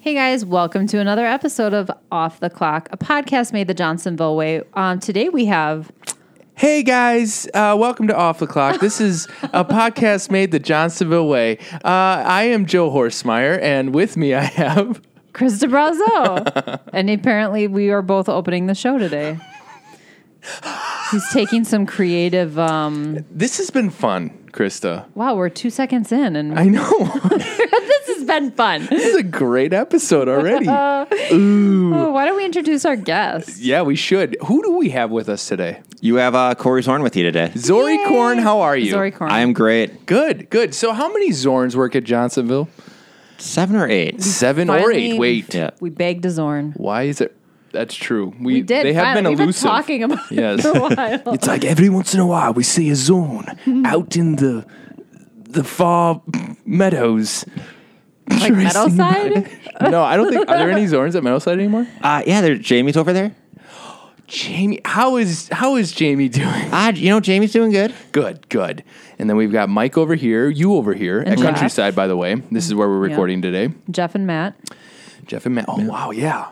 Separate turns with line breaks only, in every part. Hey guys, welcome to another episode of Off the Clock, a podcast made the Johnsonville way. Um, today we have
Hey guys, uh, welcome to Off the Clock. This is a podcast made the Johnsonville way. Uh, I am Joe Horsemeyer, and with me I have.
Chris DeBrazzo. and apparently we are both opening the show today. He's taking some creative. Um,
This has been fun, Krista.
wow, we're two seconds in, and
I know.
this has been fun.
this is a great episode already.
Oh, why don't we introduce our guest?
yeah, we should. Who do we have with us today?
You have uh, Corey Zorn with you today.
Zori
Yay.
Korn, how are you?
Zori Korn.
I am great.
Good, good. So, how many Zorns work at Johnsonville?
Seven or eight.
Seven or
Finally,
eight. Wait.
Yeah.
We begged a Zorn.
Why is it? That's true. We,
We did.
They have
finally.
been
We've
elusive.
been talking about
Yes.
it for a while.
It's like every once in a while we see a zone out in the the far meadows.
Like Meadowside?
no, I don't think. Are there any zones at Meadowside anymore?
Uh, yeah, there. Jamie's over there.
Jamie, how is how is Jamie doing?
Ah, you know Jamie's doing good.
Good, good. And then we've got Mike over here, you over here at
Jeff.
Countryside. By the way, this is where we're recording today.
Jeff and Matt.
Jeff and Matt. Oh wow, yeah.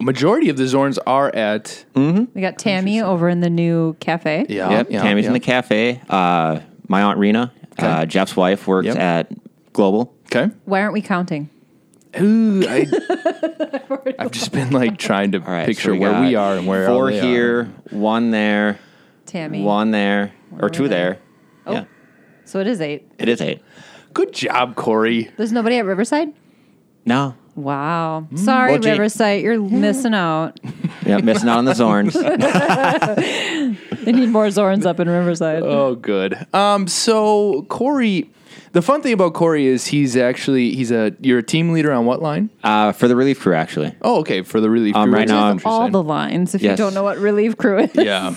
Majority of the Zorns are at
We got Tammy over in the new cafe.
yeah.
yep.
yeah,
Tammy's
yeah.
in the cafe. Uh, my aunt Rena, uh, Jeff's wife, works
Yep.
at Global.
okay.
Why aren't we counting?
Ooh, I, I've just been like trying to
All right. so
picture
we
where
got
we are and where
four
all they uh, are.
here, one there,
Tammy.
one there, or
over
two
there.
there.
Oh.
Yeah,
So it is eight.
it is eight.
Good job, Corey.
There's nobody at Riverside?
No,
Wow. Sorry,
Well, Jake-
Riverside. You're missing out.
yeah, missing out on the Zorns.
They need more Zorns up in Riverside.
Oh, good. Um, so Corey, the fun thing about Corey is he's actually he's a you're a team leader on what line?
Uh, for the relief crew, actually,
Oh, okay, for the relief.
Um,
crew,
right
which is
now I'm-
interesting.
All the lines, if you
Yes.
don't know what Relief Crew is.
yeah.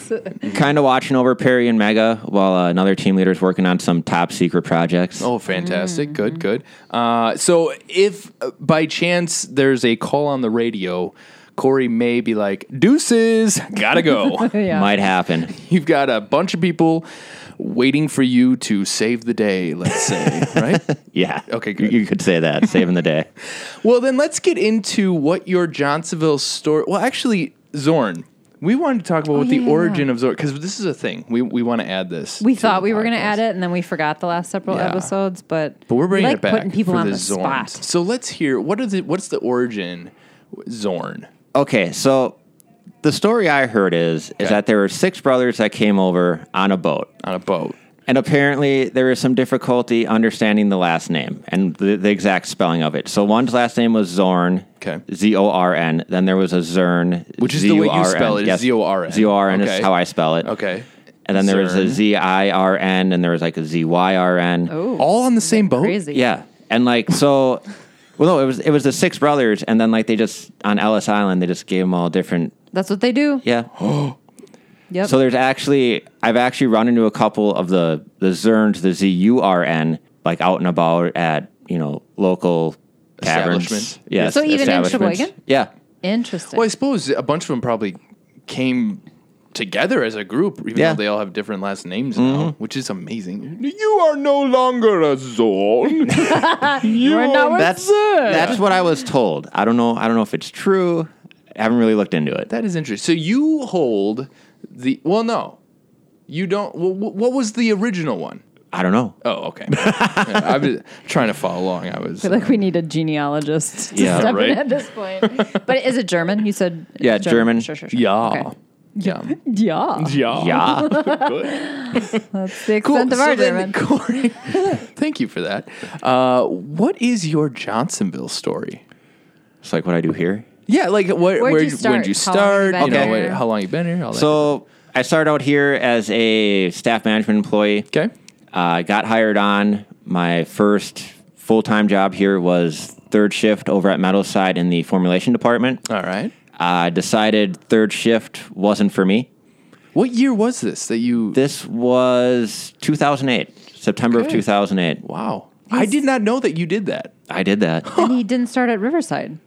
kind of watching over Perry and Mega while uh, another team leader is working on some top secret projects.
Oh, fantastic! Good, good. Uh, so if uh, by chance there's a call on the radio. Corey may be like, deuces, gotta go.
Yeah.
might happen.
You've got a bunch of people waiting for you to save the day, let's say, right?
Yeah.
Okay,
You-
good.
You, could say that, saving the day.
Well, then let's get into what your Johnsonville story. Well, actually, Zorn, we wanted to talk about what
Oh, yeah,
the
yeah,
origin of Zorn because this is a thing. We we want to add this.
we
to
thought
the
we were going to
podcast.
add it, and then we forgot the last several
Yeah.
episodes, but,
but we're
we
bringing
like
it back.
putting people
for
on
the,
the,
Zorns.
spot.
So let's hear what is it? What's the origin, Zorn?
Okay, so the story I heard is is
Okay.
that there were six brothers that came over on a boat,
On a boat.
and apparently there was some difficulty understanding the last name and the, the exact spelling of it. So one's last name was Zorn,
Okay.
Z O R N. Then there was a Zern,
Which is the way you
Z U R N.
spell it, is
Yes.
Z-O-R-N.
Z O R N
Okay.
is how I spell it.
Okay.
And then there was a
Zern.
Z I R N, and there was like a Z Y R N.
Oh,
All on the same boat.
crazy.
Yeah, and like so, well, no, it was it was the six brothers, and then like they just on Ellis Island, they just gave them all different.
That's what they do.
Yeah.
Yep.
So there's actually I've actually run into a couple of the the Zerns, the Z U R N, like out and about at you know local taverns.
Establishments.
Yes.
So even in
establishments.
Sheboygan?
Yeah.
Interesting.
Well, I suppose a bunch of them probably came together as a group, even
Yeah.
though they all have different last names now, which is amazing. You are no longer a
We're
Zorn.
not worth
That's
it.
that's what I was told. I don't know. I don't know if it's true. I haven't really looked into it.
That is interesting. So you hold the well, no, you don't. Well, wh- what was the original one?
I don't know.
Oh, okay. Yeah, I was trying to follow along. I was
I feel like we need a genealogist to
Yeah,
step
right?
in at this point. but is it German? You said it's
Yeah, German.
Sure, sure, sure.
yeah,
Okay.
yeah,
Yeah.
yeah,
Yeah.
Good.
That's the
Cool.
extent of our
so then,
German.
Corey, thank you for that. Uh, what is your Johnsonville story?
It's like what I do here.
Yeah, like what? Where'd
you
When
start?
you
How long you
start?
been
You know,
here?
what- how long you been here? All that.
So I started out here as a staff management employee.
okay,
Uh, got hired on. My first full time job here was third shift over at Meadowside in the formulation department.
all right.
I decided third shift wasn't for me.
What year was this that you?
This was 2008, September of
Okay.
2008.
wow, I did not know that you did that.
I did that.
and he didn't start at Riverside.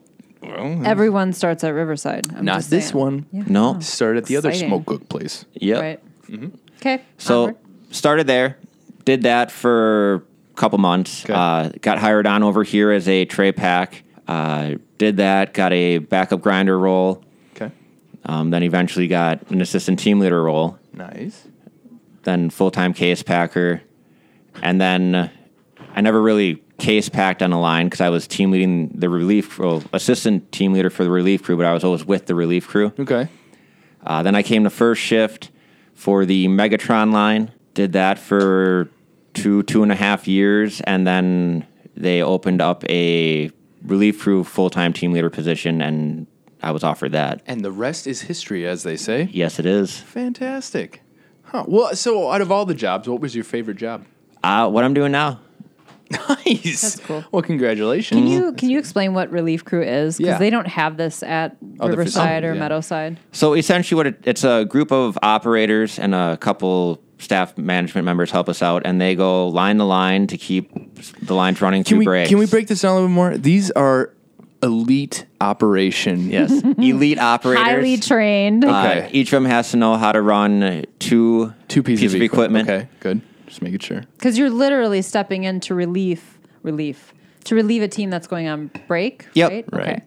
Everyone starts at Riverside. I'm
Not
just
this
saying.
one.
Yeah.
No.
Started at the other
Exciting.
smoke cook place.
Yep.
Right. Okay.
So
Uh-huh.
onward.
started there, did that for a couple months.
Okay.
Uh, got hired on over here as a tray pack. Uh, did that, got a backup grinder role.
Okay,
Um, then eventually got an assistant team leader role.
nice.
Then full time case packer, and then uh, I never really case packed on a line because I was team leading the relief, well, assistant team leader for the relief crew, but I was always with the relief crew.
Okay,
Uh, then I came to first shift for the Megatron line. Did that for two, two and a half years, and then they opened up a relief crew full time team leader position, and I was offered that.
and the rest is history, as they say.
Yes, it is.
Fantastic. Huh. Well, so out of all the jobs, what was your favorite job?
Uh, what I'm doing now?
Nice.
That's cool.
Well, congratulations.
Can you can you explain what relief crew is? Because
Yeah.
they don't have this at
Other
Riverside or
facilities, yeah.
Meadowside.
So essentially, what it, it's a group of operators and a couple staff management members help us out, and they go line to line to keep the lines running
Can
through
we
breaks.
can we break this down a little bit more? These are elite operation.
Yes, elite operators.
Highly trained.
Uh,
Okay.
each of them has to know how to run two
Two pieces
of equipment.
Okay, good. Just making sure.
Because you're literally stepping in to relief relief. To relieve a team that's going on break.
Yep.
Right?
Right.
Okay.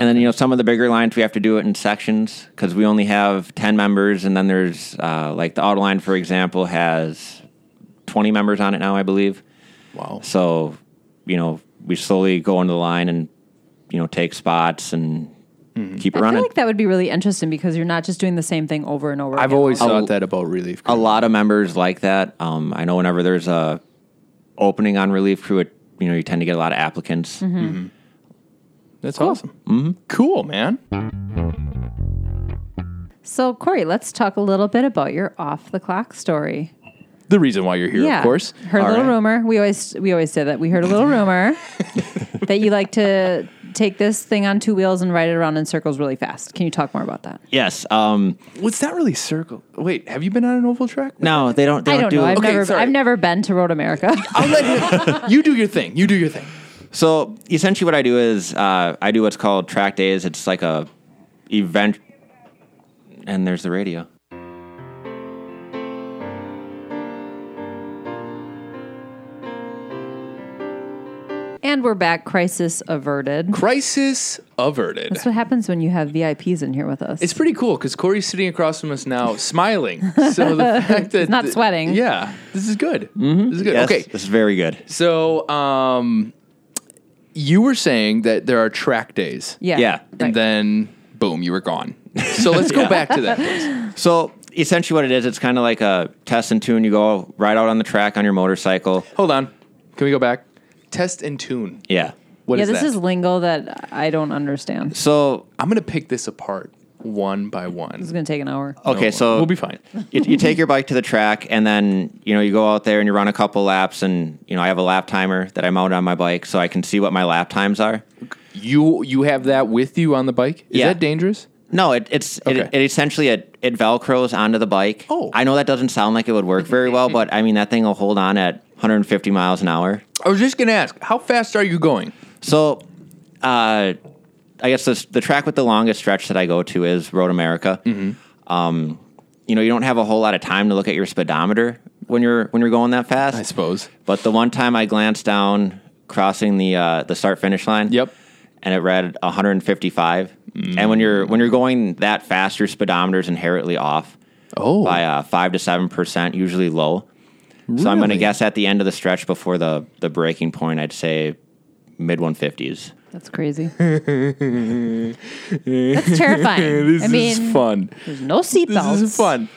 And then you know some of the bigger lines we have to do it in sections because we only have ten members, and then there's uh, like the auto line, for example, has twenty members on it now, I believe.
Wow.
So you know we slowly go into the line and you know take spots and keep
I
it
feel
running.
like that would be really interesting because you're not just doing the same thing over and over.
I've
again.
always
A-
thought that about relief.
a lot of members like that. Um, I know whenever there's a opening on relief crew, it you know you tend to get a lot of applicants.
Mm-hmm.
That's awesome. Mm-hmm. Cool, man.
So Corey, let's talk a little bit about your off the clock story.
The reason why you're here, of course.
Heard a
All
little
right.
rumor. We always we always say that. We heard a little rumor that you like to take this thing on two wheels and ride it around in circles really fast. Can you talk more about that?
Yes. Um,
What's that really circle? Wait, have you been on an oval track?
No, they don't. They
I don't
don't, do
know.
it.
I've
Okay,
never
sorry.
I've never been to Road America.
I'll let him. you do your thing. You do your thing.
So essentially, what I do is uh, I do what's called track days. It's like a event, and there's the radio.
and we're back. Crisis averted.
Crisis averted.
That's what happens when you have VIPs in here with us.
It's pretty cool because Corey's sitting across from us now, smiling. So the fact that
not sweating.
yeah, this is good. This is good.
Yes,
Okay,
this is very good.
so um, you were saying that there are track days.
yeah.
yeah,
and then boom, you were gone. So let's go back to that. Please.
So essentially, what it is, it's kind of like a test and tune. You go right out on the track on your motorcycle.
Hold on. Can we go back? Test and tune.
Yeah.
What
yeah,
is
this
that?
is lingo that I don't understand.
So
I'm gonna pick this apart one by
It's
one.
going to take an hour.
okay,
No,
so
we'll be fine.
you, you take your bike to the track and then you know you go out there and you run a couple laps and you know I have a lap timer that I mount on my bike so I can see what my lap times are.
You you have that with you on the bike? Is
Yeah.
that dangerous?
No, it, it's
Okay.
it, it essentially it, it velcros onto the bike.
Oh.
I know that doesn't sound like it would work very well, but I mean that thing will hold on at 150 miles an hour.
I was just gonna ask, how fast are you going?
So, uh, I guess this, the track with the longest stretch that I go to is Road America. Um, you know, you don't have a whole lot of time to look at your speedometer when you're when you're going that fast.
I suppose.
But the one time I glanced down crossing the uh, the start finish line.
Yep.
And it read 155. And when you're when you're going that fast, your speedometer's inherently off
Oh,
by uh, five to seven percent, usually low. So I'm going to
Really?
guess at the end of the stretch before the the breaking point, I'd say mid 150s.
That's crazy. That's terrifying. I mean,
fun.
there's no seatbelts.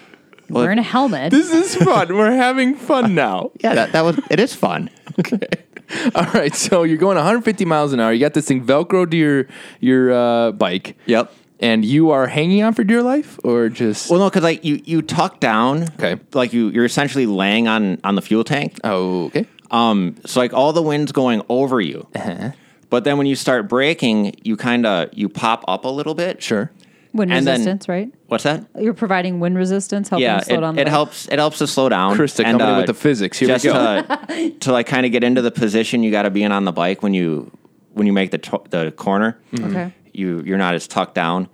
We're in a helmet.
This is fun. We're having fun now.
Yeah, that, that was it is fun.
All right, so you're going 150 miles an hour. You got this thing velcroed to your your uh, bike.
Yep.
And you are hanging on for dear life, or just
Well, no, because like you you tuck down.
Okay.
Like you you're essentially laying on on the fuel tank.
oh, okay.
Um, so like all the wind's going over you.
Uh-huh.
But then when you start braking, you kind of you pop up a little bit.
Sure.
Wind
And then-
resistance, right?
What's that?
You're providing wind resistance, helping
yeah,
slow
it,
down. the
it
bike.
helps. It helps to slow down. uh,
Krista coming in with the physics. Here we
just
go.
To, to like kind of get into the position you got to be in on the bike when you when you make the to- the corner.
Mm-hmm.
Okay.
You you're not as tucked down.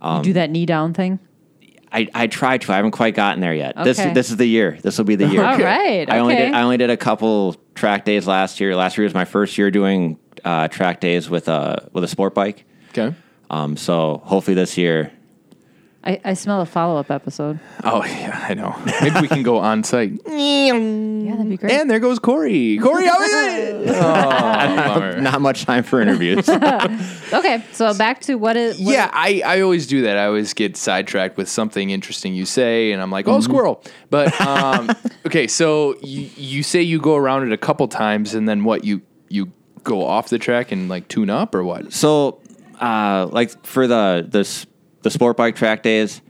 Um,
You do that knee down thing.
I, I tried to. I haven't quite gotten there yet. This
Okay.
this is the year. This will be the year.
All right.
I only
okay.
did I only did a couple track days last year. Last year was my first year doing uh, track days with a with a sport bike.
Okay.
Um, so hopefully this year.
I, I smell a follow up episode.
Oh yeah, I know. Maybe we can go on site.
Yeah, that'd be great.
And there goes Corey. Corey, how are you? Oh,
Not much time for interviews.
okay, so back to what is what
yeah, I, I always do that. I always get sidetracked with something interesting you say, and I'm like, oh,
Mm-hmm.
squirrel. But um, okay, so you, you say you go around it a couple times, and then what? You you go off the track and like tune up or what?
so uh, like for the the s- the sport bike track days,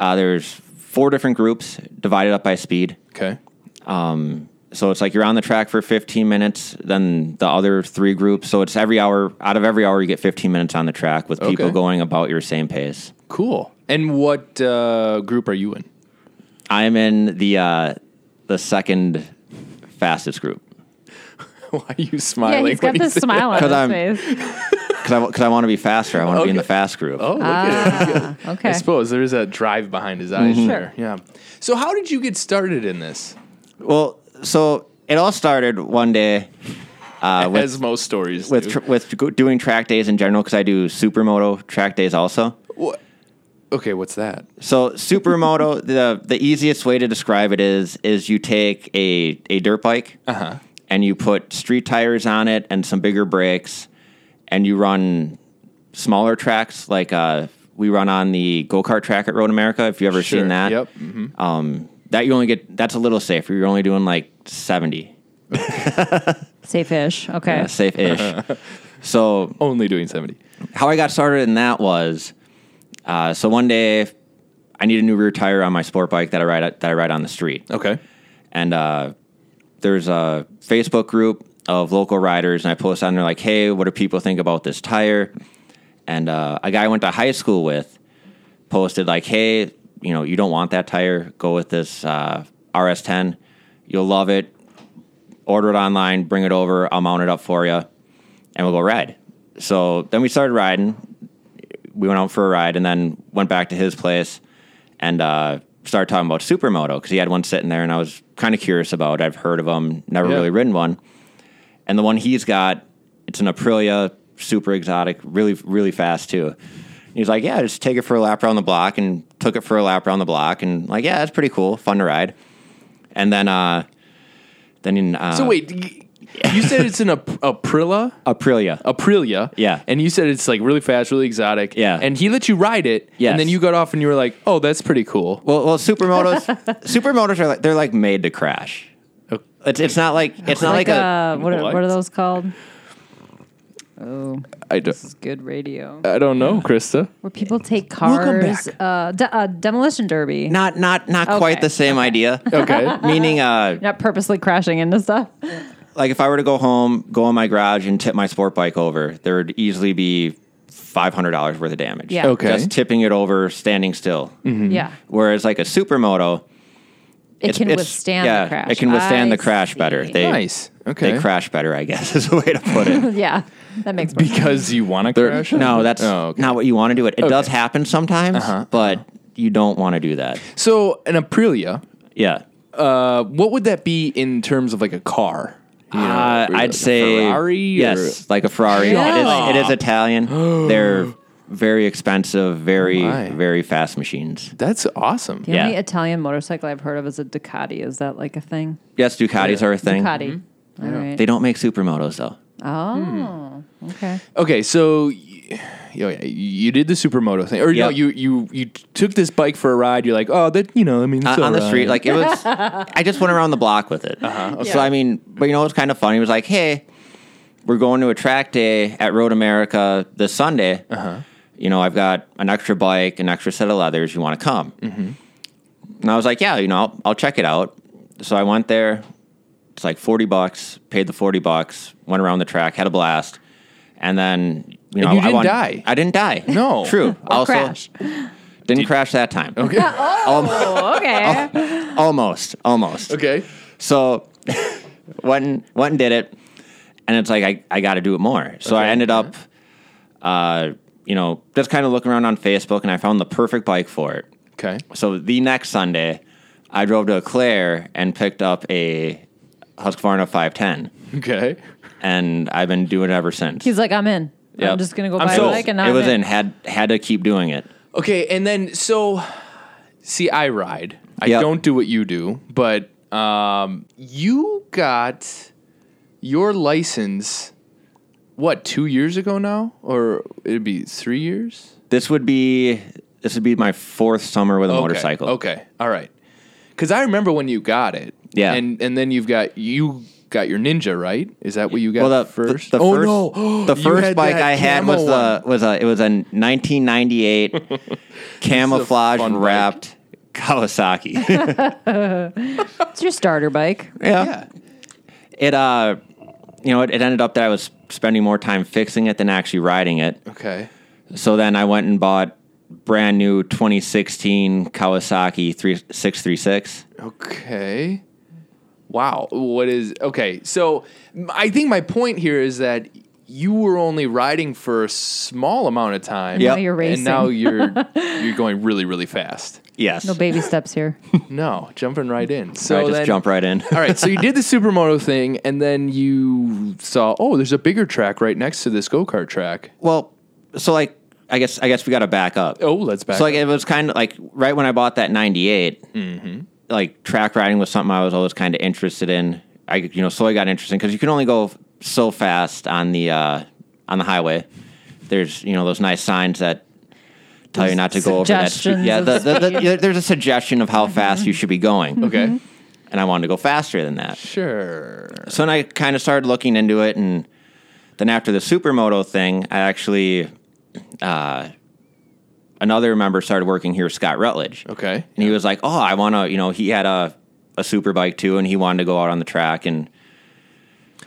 uh, there's four different groups divided up by speed.
Okay,
Um, so it's like you're on the track for 15 minutes, then the other three groups. So it's every hour out of every hour you get 15 minutes on the track with people
Okay.
going about your same pace.
cool. And what uh, group are you in?
I'm in the uh, the second fastest group
Why are you
Yeah,
smiling?
he's got
when you
this
say-
smile on
'Cause
his
I'm-
face.
because I because I want to be faster. I want to be in the fast group.
Oh, look at him.
Ah,
I
okay.
suppose there is that drive behind his eyes.
Sure.
Mm-hmm.
There. Yeah. So how did you get started in this?
Well, so it all started one day
As most stories
Uh, with
do.
tr- with go- doing track days in general because I do supermoto track days also.
What? Okay, what's that?
So supermoto, the the easiest way to describe it is is you take a a dirt bike
Uh-huh.
and you put street tires on it and some bigger brakes, and you run smaller tracks like uh, we run on the go kart track at Road America. If you ever
Sure,
seen that,
Yep. mhm.
Um, that you only get that's a little safer. You're only doing like seventy,
Safe ish. Okay.
yeah, safe ish. so
Only doing 70.
how I got started in that was uh, so one day I need a new rear tire on my sport bike that I ride that I ride on the street,
Okay.
and uh, there's a Facebook group of local riders, and I post on there like, "Hey, what do people think about this tire?" And uh, a guy I went to high school with posted like, "Hey, you know, you don't want that tire. Go with this uh, RS10. You'll love it. Order it online. Bring it over. I'll mount it up for you, and we'll go ride." So then we started riding we went out for a ride and then went back to his place and uh, started talking about supermoto because he had one sitting there and I was kind of curious about. it. I've heard of them, never
Yeah.
really ridden one. And the one he's got, it's an Aprilia, super exotic, really really fast too. And he's like, yeah, just take it for a lap around the block and took it for a lap around the block and like, yeah, that's pretty cool, fun to ride. And then uh, then in, uh,
So wait, y- you said it's an Ap- Aprilia?
Aprilia.
Aprilia.
Yeah.
And you said it's like really fast, really exotic.
Yeah.
And he let you ride it.
Yes.
And then you got off and you were like, oh, that's pretty cool.
Well, well, supermotos, supermotos are like they're like made to crash. It's it's not like it's not like,
like,
a,
uh, what, are,
What?
what are those called? Oh,
I don't,
this is good radio.
I don't know, Krista.
Where people take
Welcome
cars. Uh, de- uh, demolition derby.
not not not
Okay.
quite the same idea.
Okay.
Meaning, uh,
Not purposely crashing into stuff.
like if I were to go home, go in my garage and tip my sport bike over, there would easily be five hundred dollars worth of damage.
Yeah.
Okay.
just tipping it over, standing still.
Yeah.
Whereas like a supermoto,
It
Mm-hmm. It's-
can
it's-
withstand
yeah,
the crash.
it can withstand
I
the crash better.
see.
They-
nice. Okay.
they crash better. I guess is the way to put it.
yeah. That makes more
Because you want to crash? it?
No, that's
Oh, okay. Uh-huh,
not what you want to do. It it does happen sometimes, but you don't want to do that.
So an Aprilia,
Yeah.
uh, what would that be in terms of like a car? You know,
Uh,
like a
I'd say
Ferrari.
Yes, like a Ferrari.
Yeah.
It, is, it is Italian. They're very expensive, very
Oh My.
very fast machines.
or- that's awesome.
The only
Yeah.
Italian motorcycle I've heard of is a Ducati. Is that like a thing?
Yes, Ducatis are a thing.
Ducati. All right.
They don't make supermotos though.
oh, okay.
Okay, so y- oh yeah, you did the supermoto thing, or no,
Yep.
you you you took this bike for a ride. You're like, oh, that you know, I mean, it's
Uh, On- on
alright.
the
Uh-huh,
street, like it was. I just went around the block with it. So I mean, but you know what's kind of funny was like, hey, we're going to a track day at Road America this Sunday.
Uh-huh.
You know, I've got an extra bike, an extra set of leathers. You want to come? Mm-hmm. And I was like, yeah, you know, I'll, I'll check it out. So I went there. It's like 40 bucks, paid the 40 bucks, went around the track, had a blast. And then, you know,
you
I
didn't
won-
die.
I didn't die.
No.
True. also,
crash.
didn't crash that time.
Okay.
Oh, okay.
Almost, almost.
okay.
So went and, went and did it, and it's like I, I got to do it more. So I
Okay.
ended up, uh, you know, just kind of looking around on Facebook, and I found the perfect bike for it.
Okay.
So the next Sunday, I drove to Claire and picked up a Husqvarna 510,
Okay.
and I've been doing it ever since.
He's like, I'm in.
Yep.
I'm just gonna go
I'm
buy
sold.
a bike and
it
I'm
was in.
in.
Had had to keep doing it.
Okay, and then so see I ride. I
Yep.
don't do what you do, but um you got your license what, 2 years ago now or it'd be 3 years?
This would be this would be my fourth summer with a
Okay,
motorcycle.
Okay. All right. Cuz I remember when you got it.
Yeah.
And and then you've got you got your Ninja, right? Is that what you got
well, the
first?
The, the
oh
first,
no.
the
You
first
had
bike
that
I had
camo
was the was a it was a 1998 camouflage
fun bike.
wrapped Kawasaki. yeah.
It's your starter bike.
one. Yeah.
it uh, you know, it, it ended up that I was spending more time fixing it than actually riding it.
Okay.
So then I went and bought brand new 2016 Kawasaki 3636.
Okay. Wow. What is okay? So m- I think my point here is that you were only riding for a small amount of time.
Yep.
Now you're racing.
And now you're you're going really really fast.
Yes.
No baby steps here.
No, jumping right in.
so
So
I just
then-
jump right in.
All right. So you did the supermoto thing, and then you saw oh, there's a bigger track right next to this go kart track.
Well, so like I guess I guess we got to back up.
Oh, let's back.
so like
up. Mm-hmm.
it was kind of like right when I bought that '98, like track riding was something I was always kind of interested in. I you know slowly got interested because you can only go so fast on the uh, on the highway. There's you know those nice signs that tell you not to go over that speed.
Suggestions
Yeah,
of Mm-hmm.
the, the, the, there's a suggestion of how fast you should be going.
okay.
and I wanted to go faster than that.
Sure.
So then I kind of started looking into it, and then after the supermoto thing, I actually uh, another member started working here, Scott Rutledge.
Okay.
And he was like, "Oh, I want to," you know, he had a a super bike too, and he wanted to go out on the track and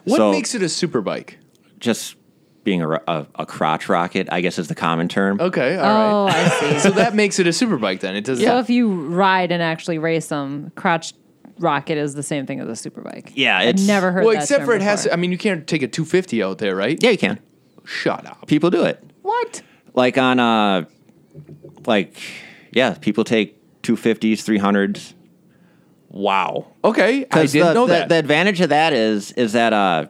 What
So-
makes it a super bike?
just being a, ro- a, a crotch rocket, I guess is the common term.
Okay. All right.
Oh, I see.
So that makes it a super bike then. It doesn't.
So if you ride and actually race them, crotch rocket is the same thing as a superbike.
Yeah,
I've
it's-
never heard.
Well,
that
except
term
for it has.
before.
I mean, you can't take a 250 out there, right?
Yeah, you can.
Shut up.
People do it.
What?
Like on uh, like yeah, people take two fifties, three hundreds.
Wow. Okay, I didn't
the,
know
the,
that.
The advantage of that is is that uh,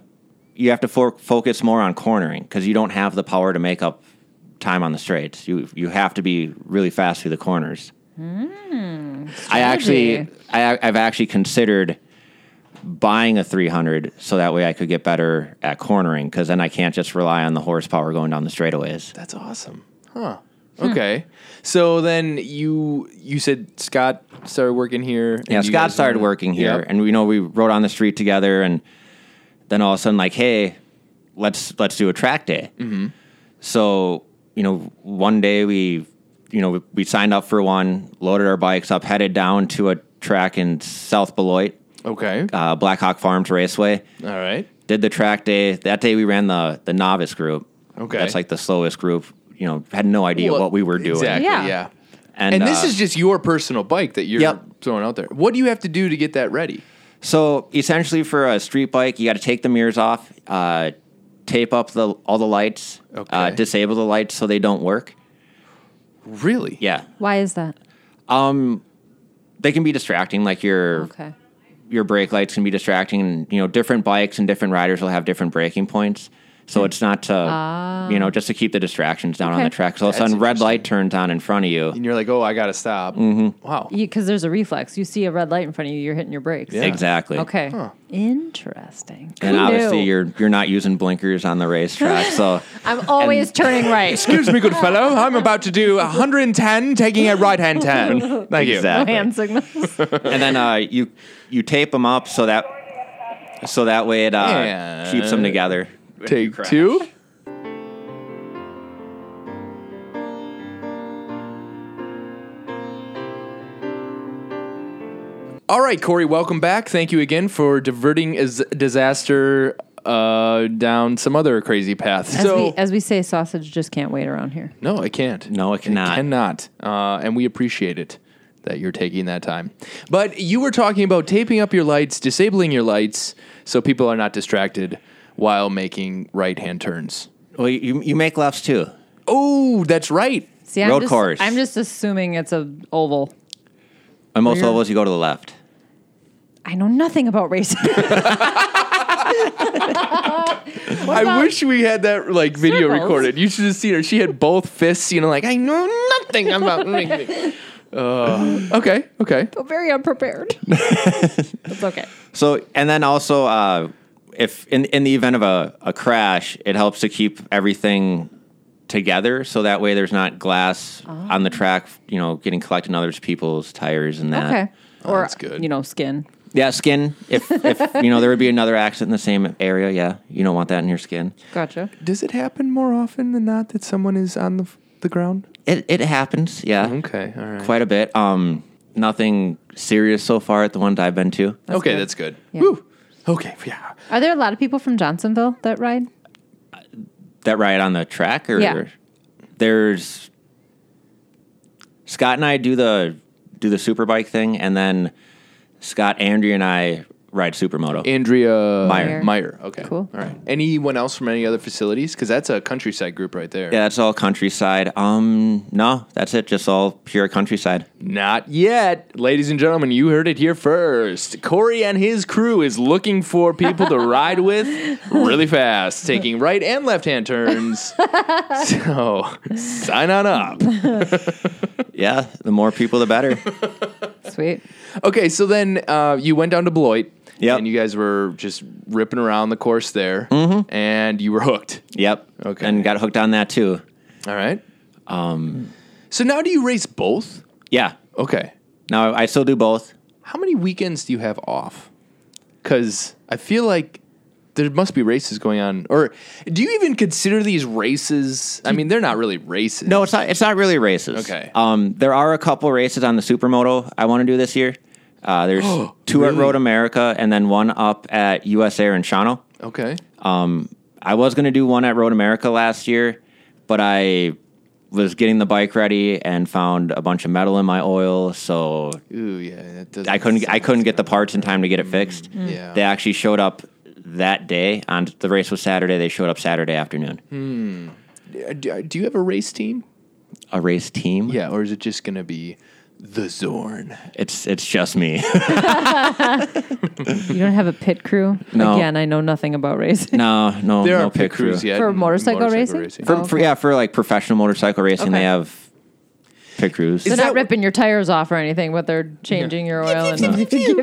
you have to fo- focus more on cornering because you don't have the power to make up time on the straights. You you have to be really fast through the corners.
Hmm.
I actually
strategy.
I, I've actually considered buying a 300 so that way I could get better at cornering because then I can't just rely on the horsepower going down the straightaways.
That's awesome. Huh. Okay. So then you you said Scott started working here. and
Yeah,
you
Scott
guys
started
went-
working here,
Yep.
and we know we rode on the street together, and then all of a sudden, like, hey, let's let's do a track day. Mm-hmm. So you know, one day we, you know, we, we signed up for one, loaded our bikes up, headed down to a track in South Beloit,
Okay.
uh, Blackhawk Farms Raceway.
All right.
Did the track day that day. We ran the the novice group.
Okay.
that's like the slowest group. You know, had no idea
Well,
what we were doing.
Exactly. Yeah.
Yeah.
And,
And, this
uh,
is just your personal bike that you're
Yep.
throwing out there. What do you have to do to get that ready?
So essentially, for a street bike, you got to take the mirrors off, uh, tape up the all the lights, uh,
Okay.
disable the lights so they don't work.
Really?
Yeah,
Why is that?
they can be distracting. Like your
Okay.
your brake lights can be distracting, and you know different bikes and different riders will have different braking points. So
Hmm.
it's not to you know just to keep the distractions down on
Ah. Okay.
the track. So all of a
That's
sudden, red light turns on in front of you.
And you're like, oh, I gotta stop. Mm-hmm. Wow.
Because there's a reflex. You see a red light in front of you, you're hitting your brakes.
Yeah.
Exactly.
Okay. Interesting.
And
Who
obviously,
knew?
you're you're not using blinkers on the racetrack, so.
I'm always turning right.
Excuse me, good fellow. I'm about to do 110, taking a right hand turn. Thank you.
Exactly.
Hand signals.
and then uh, you you tape them up so that so that way it uh,
Yeah.
keeps them together.
Take
crash.
two. All right, Corey, welcome back. Thank you again for diverting is disaster uh, down some other crazy path.
As,
so
we, as we say, sausage just can't wait around here.
no, I can't.
No, it cannot.
cannot. Uh, and we appreciate it that you're taking that time. But you were talking about taping up your lights, disabling your lights, so people are not distracted while making right-hand turns.
Well, you, you make lefts too.
Oh, that's right.
See, I'm
Road
just,
course.
I'm just assuming it's a oval.
On
Oh,
most
Weird.
levels, you go to the left.
I know nothing about racing.
I
about-
wish we had that like video
Circles.
recorded. You should have seen her. She had both fists, you know, like I know nothing about anything. Uh, okay, okay.
I'm very unprepared. it's okay.
So, and then also, uh, if in, in the event of a, a crash, it helps to keep everything together so that way there's not glass on the track, you know, getting collected in other people's tires and that.
Okay. Or
Uh, that's good.
you know, skin.
Yeah, skin. If, if you know, there would be another accident in the same area. Yeah, you don't want that in your skin.
Gotcha.
Does it happen more often than not that someone is on the the ground?
It, it happens. Yeah.
Okay, all right.
Quite a bit. Um, nothing serious so far at the ones I've been to.
okay,
good.
that's good.
Yeah.
Woo. Okay, yeah.
Are there a lot of people from Johnsonville that ride?
That ride on the track, or
Yeah.
there's Scott and I do the do the super bike thing, and then Scott, Andrea, and I ride supermoto.
Andrea
Meyer.
Meyer. Okay.
Cool.
All right. Anyone else from any other facilities? Because that's a countryside group right there.
yeah, that's all countryside. Um, no, that's it. Just all pure countryside.
Not yet. Ladies and gentlemen, you heard it here first. Corey and his crew is looking for people to ride with really fast, taking right and left hand turns. so sign on up.
Yeah, the more people, the better.
Sweet.
Okay, so then uh, you went down to Beloit.
Yep.
And you guys were just ripping around the course there. And you were hooked.
yep.
Okay.
And got hooked on that too.
All right. Um, so now do you race both?
Yeah.
Okay.
Now I still do both.
How many weekends do you have off? Because I feel like there must be races going on. Or do you even consider these races? I mean, they're not really races.
No, it's not. It's not really races.
Okay.
Um, there are a couple races on the supermoto I want to do this year. Uh, there's two at Road America and then one up at US Air in Shawano.
Okay.
I was going to do one at Road America last year, but I was getting the bike ready and found a bunch of metal in my oil, so
Ooh, yeah. That doesn't
I couldn't. I
sound-
couldn't get the parts in time to get it fixed.
Yeah.
They actually showed up that day. On the race was Saturday. They showed up Saturday afternoon.
Hmm. Uh, do, do you have a race team?
A race team.
Yeah. Or is it just going to be the Zorn?
It's it's just me.
You don't have a pit crew?
No.
Again, I know nothing about racing.
no, no,
There
no
are pit crews,
crew.
yeah.
For motorcycle racing?
For,
Oh,
for
okay.
yeah, for like professional motorcycle racing,
Okay.
they have pit crews.
They're
Is
not
that-
ripping your tires off or anything, but they're changing your oil and giving you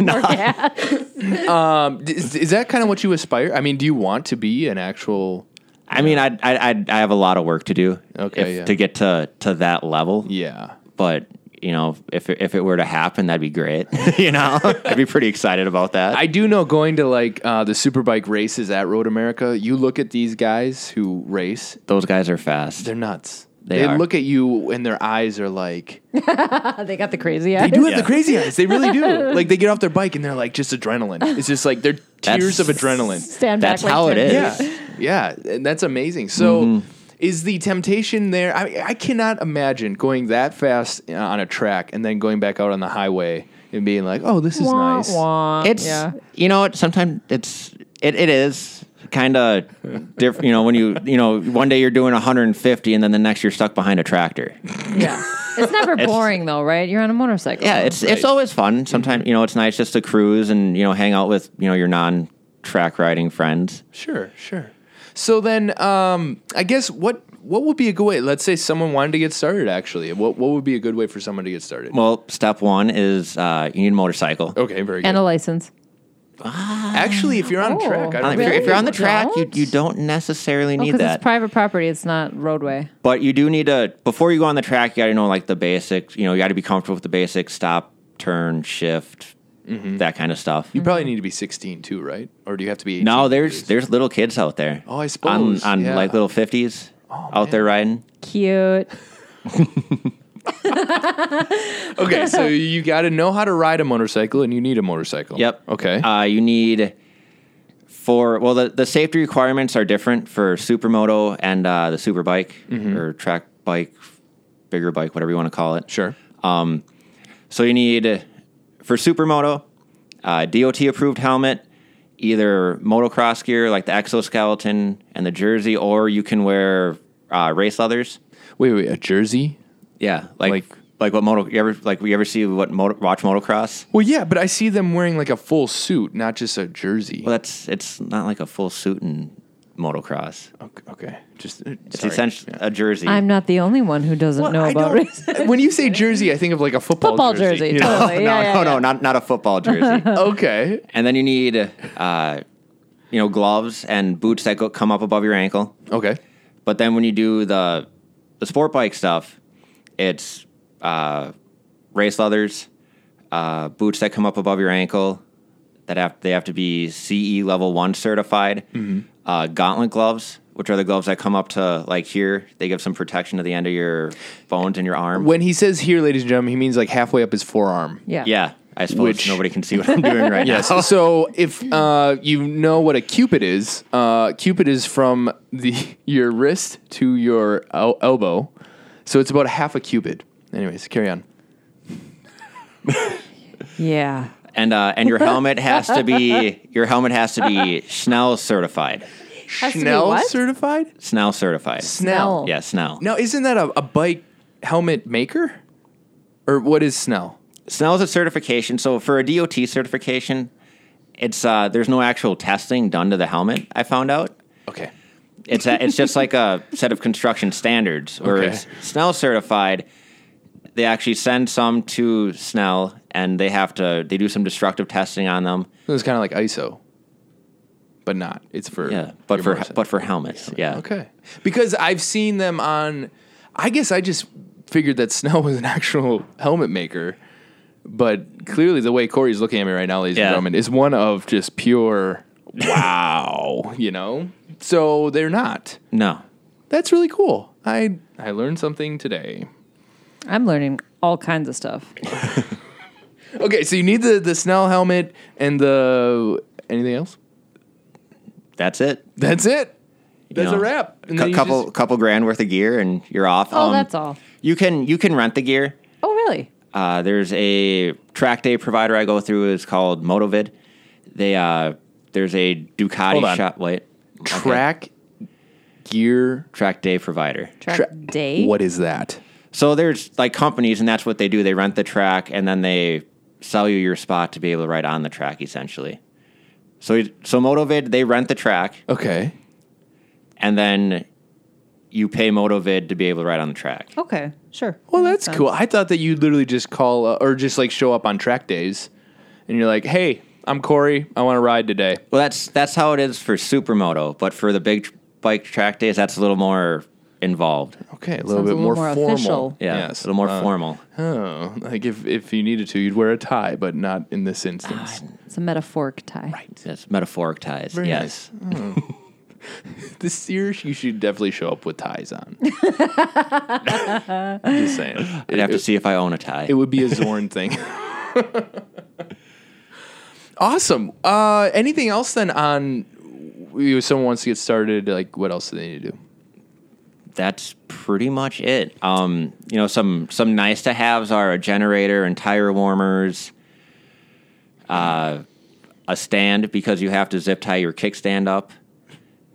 more gas.
um, d- is, is that kind of what you aspire? I mean, do you want to be an actual.
I mean, I I I I have a lot of work to do.
Okay,
if-
yeah.
to get to to that level.
Yeah.
But you know, if it- if it were to happen, that'd be great. you know, I'd be pretty excited about that.
I do know going to like uh, the superbike races at Road America, you look at these guys who race
Those guys are fast.
They're nuts. They,
They are.
look at you and their eyes are like
they got the crazy eyes.
they do have
Yeah.
the crazy eyes. They really do. Like they get off their bike and they're like just adrenaline. It's just like they're tears
That's-
of adrenaline.
Stand back
That's
like
how it
10
is.
feet.
Yeah, yeah, and that's amazing. So. Is the temptation there? I, I cannot imagine going that fast uh, on a track and then going back out on the highway and being like, "Oh, this is
Wah,
nice."
wah.
It's
yeah.
you know, sometimes it's it, it is kind of different. You know, when you you know, one day you're doing 150, and then the next you're stuck behind a tractor.
Yeah. It's never boring though, right? You're on a motorcycle.
Yeah, it's it's always
Mm-hmm.
fun. Sometimes you know, it's nice just to cruise and you know, hang out with you know your non track riding friends.
Sure, sure. So then, um, I guess what what would be a good way? Let's say someone wanted to get started. Actually, what what would be a good way for someone to get started?
Well, step one is uh, you need a motorcycle.
Okay, very good.
and a license.
Actually, if you're on
Oh.
track, I
Uh,
don't
If, you're, if
really?
you're on the
Really?
track, you,
Don't?
you don't necessarily need
because
that.
it's private property, it's not roadway.
but you do need to before you go on the track you got to know like the basics you know you got to be comfortable with the basics stop turn shift that kind of stuff.
Mm-hmm. You probably need to be 16 too, right? Or do you have to be 18?
No, there's there's little kids out there.
Oh, I suppose,
on, on
yeah. Oh,
like little fifties out there riding.
Cute.
Okay, so you got to know how to ride a motorcycle and you need a motorcycle.
Yep.
Okay.
Uh, you need for well the, the safety requirements are different for supermoto and uh, the superbike or track bike, bigger bike, whatever you want to call it.
sure.
So you need for supermoto, uh, DOT approved helmet, either motocross gear like the exoskeleton and the jersey, or you can wear uh, race leathers.
Wait, wait, a jersey?
Yeah, like like,
Like-
what moto you ever like we ever see what moto, watch motocross.
Well, yeah, but I see them wearing like a full suit, not just a jersey.
Well, that's it's not like a full suit in motocross.
okay, okay. Just uh,
It's essentially a jersey.
I'm not the only one who doesn't know about race.
when you say jersey, I think of like a football,
Football jersey,
you know?
no,
totally. Yeah, yeah,
no,
yeah.
no, not not a football jersey.
okay.
and then you need, uh, you know, gloves and boots that go, come up above your ankle.
Okay.
But then when you do the the sport bike stuff, it's uh, race leathers, uh, boots that come up above your ankle that have they have to be CE level one certified. Uh, gauntlet gloves, which are the gloves that come up to like here. They give some protection to the end of your bones and your arm.
When he says here, ladies and gentlemen, he means like halfway up his forearm.
Yeah.
yeah, I suppose
Which-
nobody can see what I'm doing right
Yes.
now.
so if uh, you know what a cupid is, uh, cupid is from the your wrist to your el- elbow, so it's about half a cubit. Anyways, carry on.
Yeah.
And uh, and your helmet has to be your helmet has to be Schnell certified.
Has to be
Snell
what?
certified.
Schnell certified.
Snell.
Yeah, Snell.
Now, isn't that a, a bike helmet maker, or what is Snell?
Snell is a certification. So for a DOT certification, it's uh, there's no actual testing done to the helmet. I found out
Okay.
it's a, it's just like a set of construction standards. Where
Okay.
it's Snell certified, they actually send some to Snell, and they have to they do some destructive testing on them.
It was kind of like ISO, but not. It's for
Yeah, but
your
for
motorcycle.
but for helmets, yeah.
okay, because I've seen them on. I guess I just figured that Snell was an actual helmet maker, but clearly the way Corey's looking at me right now, ladies
Yeah.
and gentlemen, is one of just pure wow. you know, so they're not.
No,
That's really cool. I I learned something today.
I'm learning all kinds of stuff.
Okay, so you need the the Snell helmet and the anything else.
that's it.
That's it. That's
know,
a wrap. And then
A
you
couple
just-
couple grand worth of gear, and you're off. Um,
Oh, that's all.
You can you can rent the gear.
Oh, really?
Uh, there's a track day provider I go through. It's called Motovid. They uh, there's a
Hold
Ducati
on.
shop. Wait, Okay.
track gear.
track day provider.
Track
Tra-
day.
What is that?
So there's like companies, and that's what they do. They rent the track, and then they sell you your spot to be able to ride on the track, essentially. So so Motovid they rent the track,
Okay.
and then you pay Motovid to be able to ride on the track.
Okay. Sure.
Well,
That makes
that's
sense.
cool. I thought that you'd literally just call uh, or just like show up on track days, and you're like, "Hey, I'm Corey. I want to ride today."
Well, that's that's how it is for supermoto, but for the big tr- bike track days, that's a little more involved.
Okay, a
Sounds
little bit more, formal.
official.
Yeah,
Yes.
a little more
Uh,
formal.
Oh, like if if you needed to, you'd wear a tie, but not in this instance.
It's a metaphoric tie. Right.
Yes, metaphoric ties.
Very
yes.
this year, you should definitely show up with ties on. just saying.
I'd have to see if I own a tie.
It would be a Zorn thing. awesome. Uh, anything else then on if someone wants to get started, like what else do they need to do?
That's pretty much it. Um, you know, some some nice to haves are a generator and tire warmers, uh, a stand because you have to zip tie your kickstand up,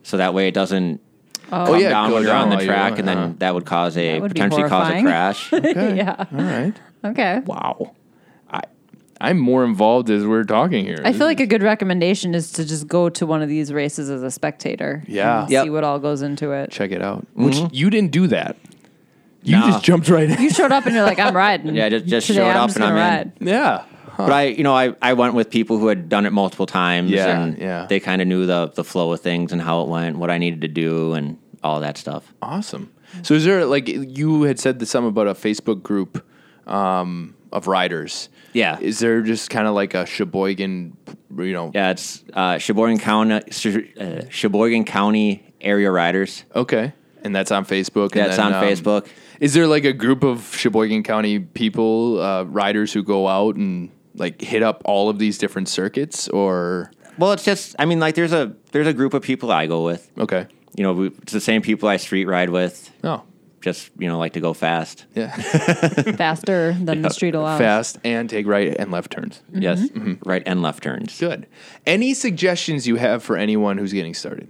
so that way it doesn't come
Oh, yeah,
down
go
when you're
down
on the
while you're
track,
on-
and then
uh-huh.
that would cause a
Oh. That would be
potentially cause a
horrifying.
crash.
Okay.
Yeah.
All right.
Okay.
Wow. I I'm more involved as we're talking here.
I feel like a good recommendation is to just go to one of these races as a spectator.
Yeah.
and
Yep.
See what all goes into it.
check it out. Which you didn't do that. You
Nah.
just jumped right in.
You showed up and you're like, I'm riding.
Yeah, just- just
Today
showed up
just
and I'm
gonna
in.
ride.
yeah.
But I, you know, I, I went with people who had done it multiple times.
Yeah,
and
yeah.
They kind of knew the the flow of things and how it went, what I needed to do, and all that stuff.
Awesome. So is there like you had said this some about a Facebook group um, of riders?
Yeah.
Is there just kind of like a Sheboygan, you know?
Yeah, it's uh, Sheboygan County, Sh- uh, Sheboygan County Area Riders.
Okay. And that's on Facebook. and
That's
then,
on
um,
Facebook.
Is there like a group of Sheboygan County people, uh, riders who go out and like hit up all of these different circuits or?
Well, it's just I mean, like there's a there's a group of people I go with.
Okay.
You know, we, it's the same people I street ride with.
Oh,
Just you know, like to go fast.
yeah.
faster than the street allows.
Fast and take right and left turns.
Yes,
Mm-hmm.
right and left turns.
Good. Any suggestions you have for anyone who's getting started?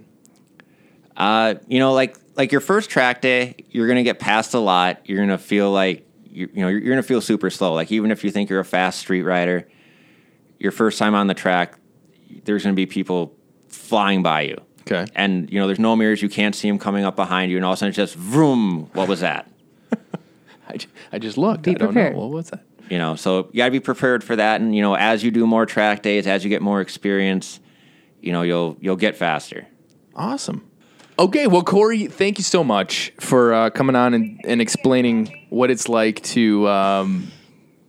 Uh, you know, like like your first track day, you're gonna get passed a lot. You're gonna feel like you you know you're, you're gonna feel super slow. Like even if you think you're a fast street rider, your first time on the track, there's gonna be people flying by you.
Okay.
And you know, there's no mirrors. You can't see them coming up behind you, and all of a sudden, it's just vroom. What was that?
I, ju- I just looked.
Be
I don't
prepared.
know. What was that?
You know, so you got to be prepared for that. And you know, as you do more track days, as you get more experience, you know, you'll you'll get faster.
Awesome. Okay, well, Corey, thank you so much for uh, coming on and, and explaining what it's like to um,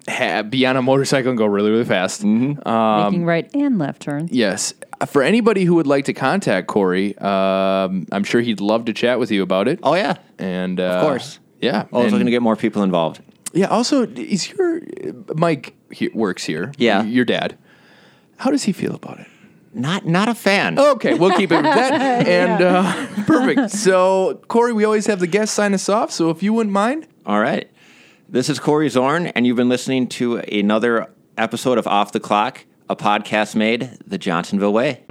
ha- be on a motorcycle and go really, really fast.
um,
Making right and left turns.
Yes. For anybody who would like to contact Corey, um, I'm sure he'd love to chat with you about it.
Oh yeah. Oh,
And uh, of
course.
yeah.
Also,
and-
going to get more people involved.
Yeah. Also, is your uh, Mike he, works here?
Yeah.
Your dad. How does he feel about it?
Not not a fan.
Okay, we'll keep it with that. And uh, perfect. So, Corey, we always have the guest sign us off. So, if you wouldn't mind,
All right. This is Corey Zorn, and you've been listening to another episode of Off the Clock, a podcast made the Johnsonville Way.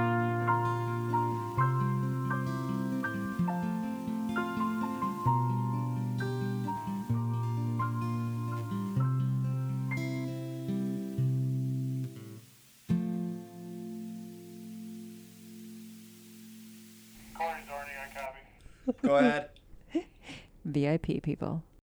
Corey's already on copy.
Go ahead.
VIP people.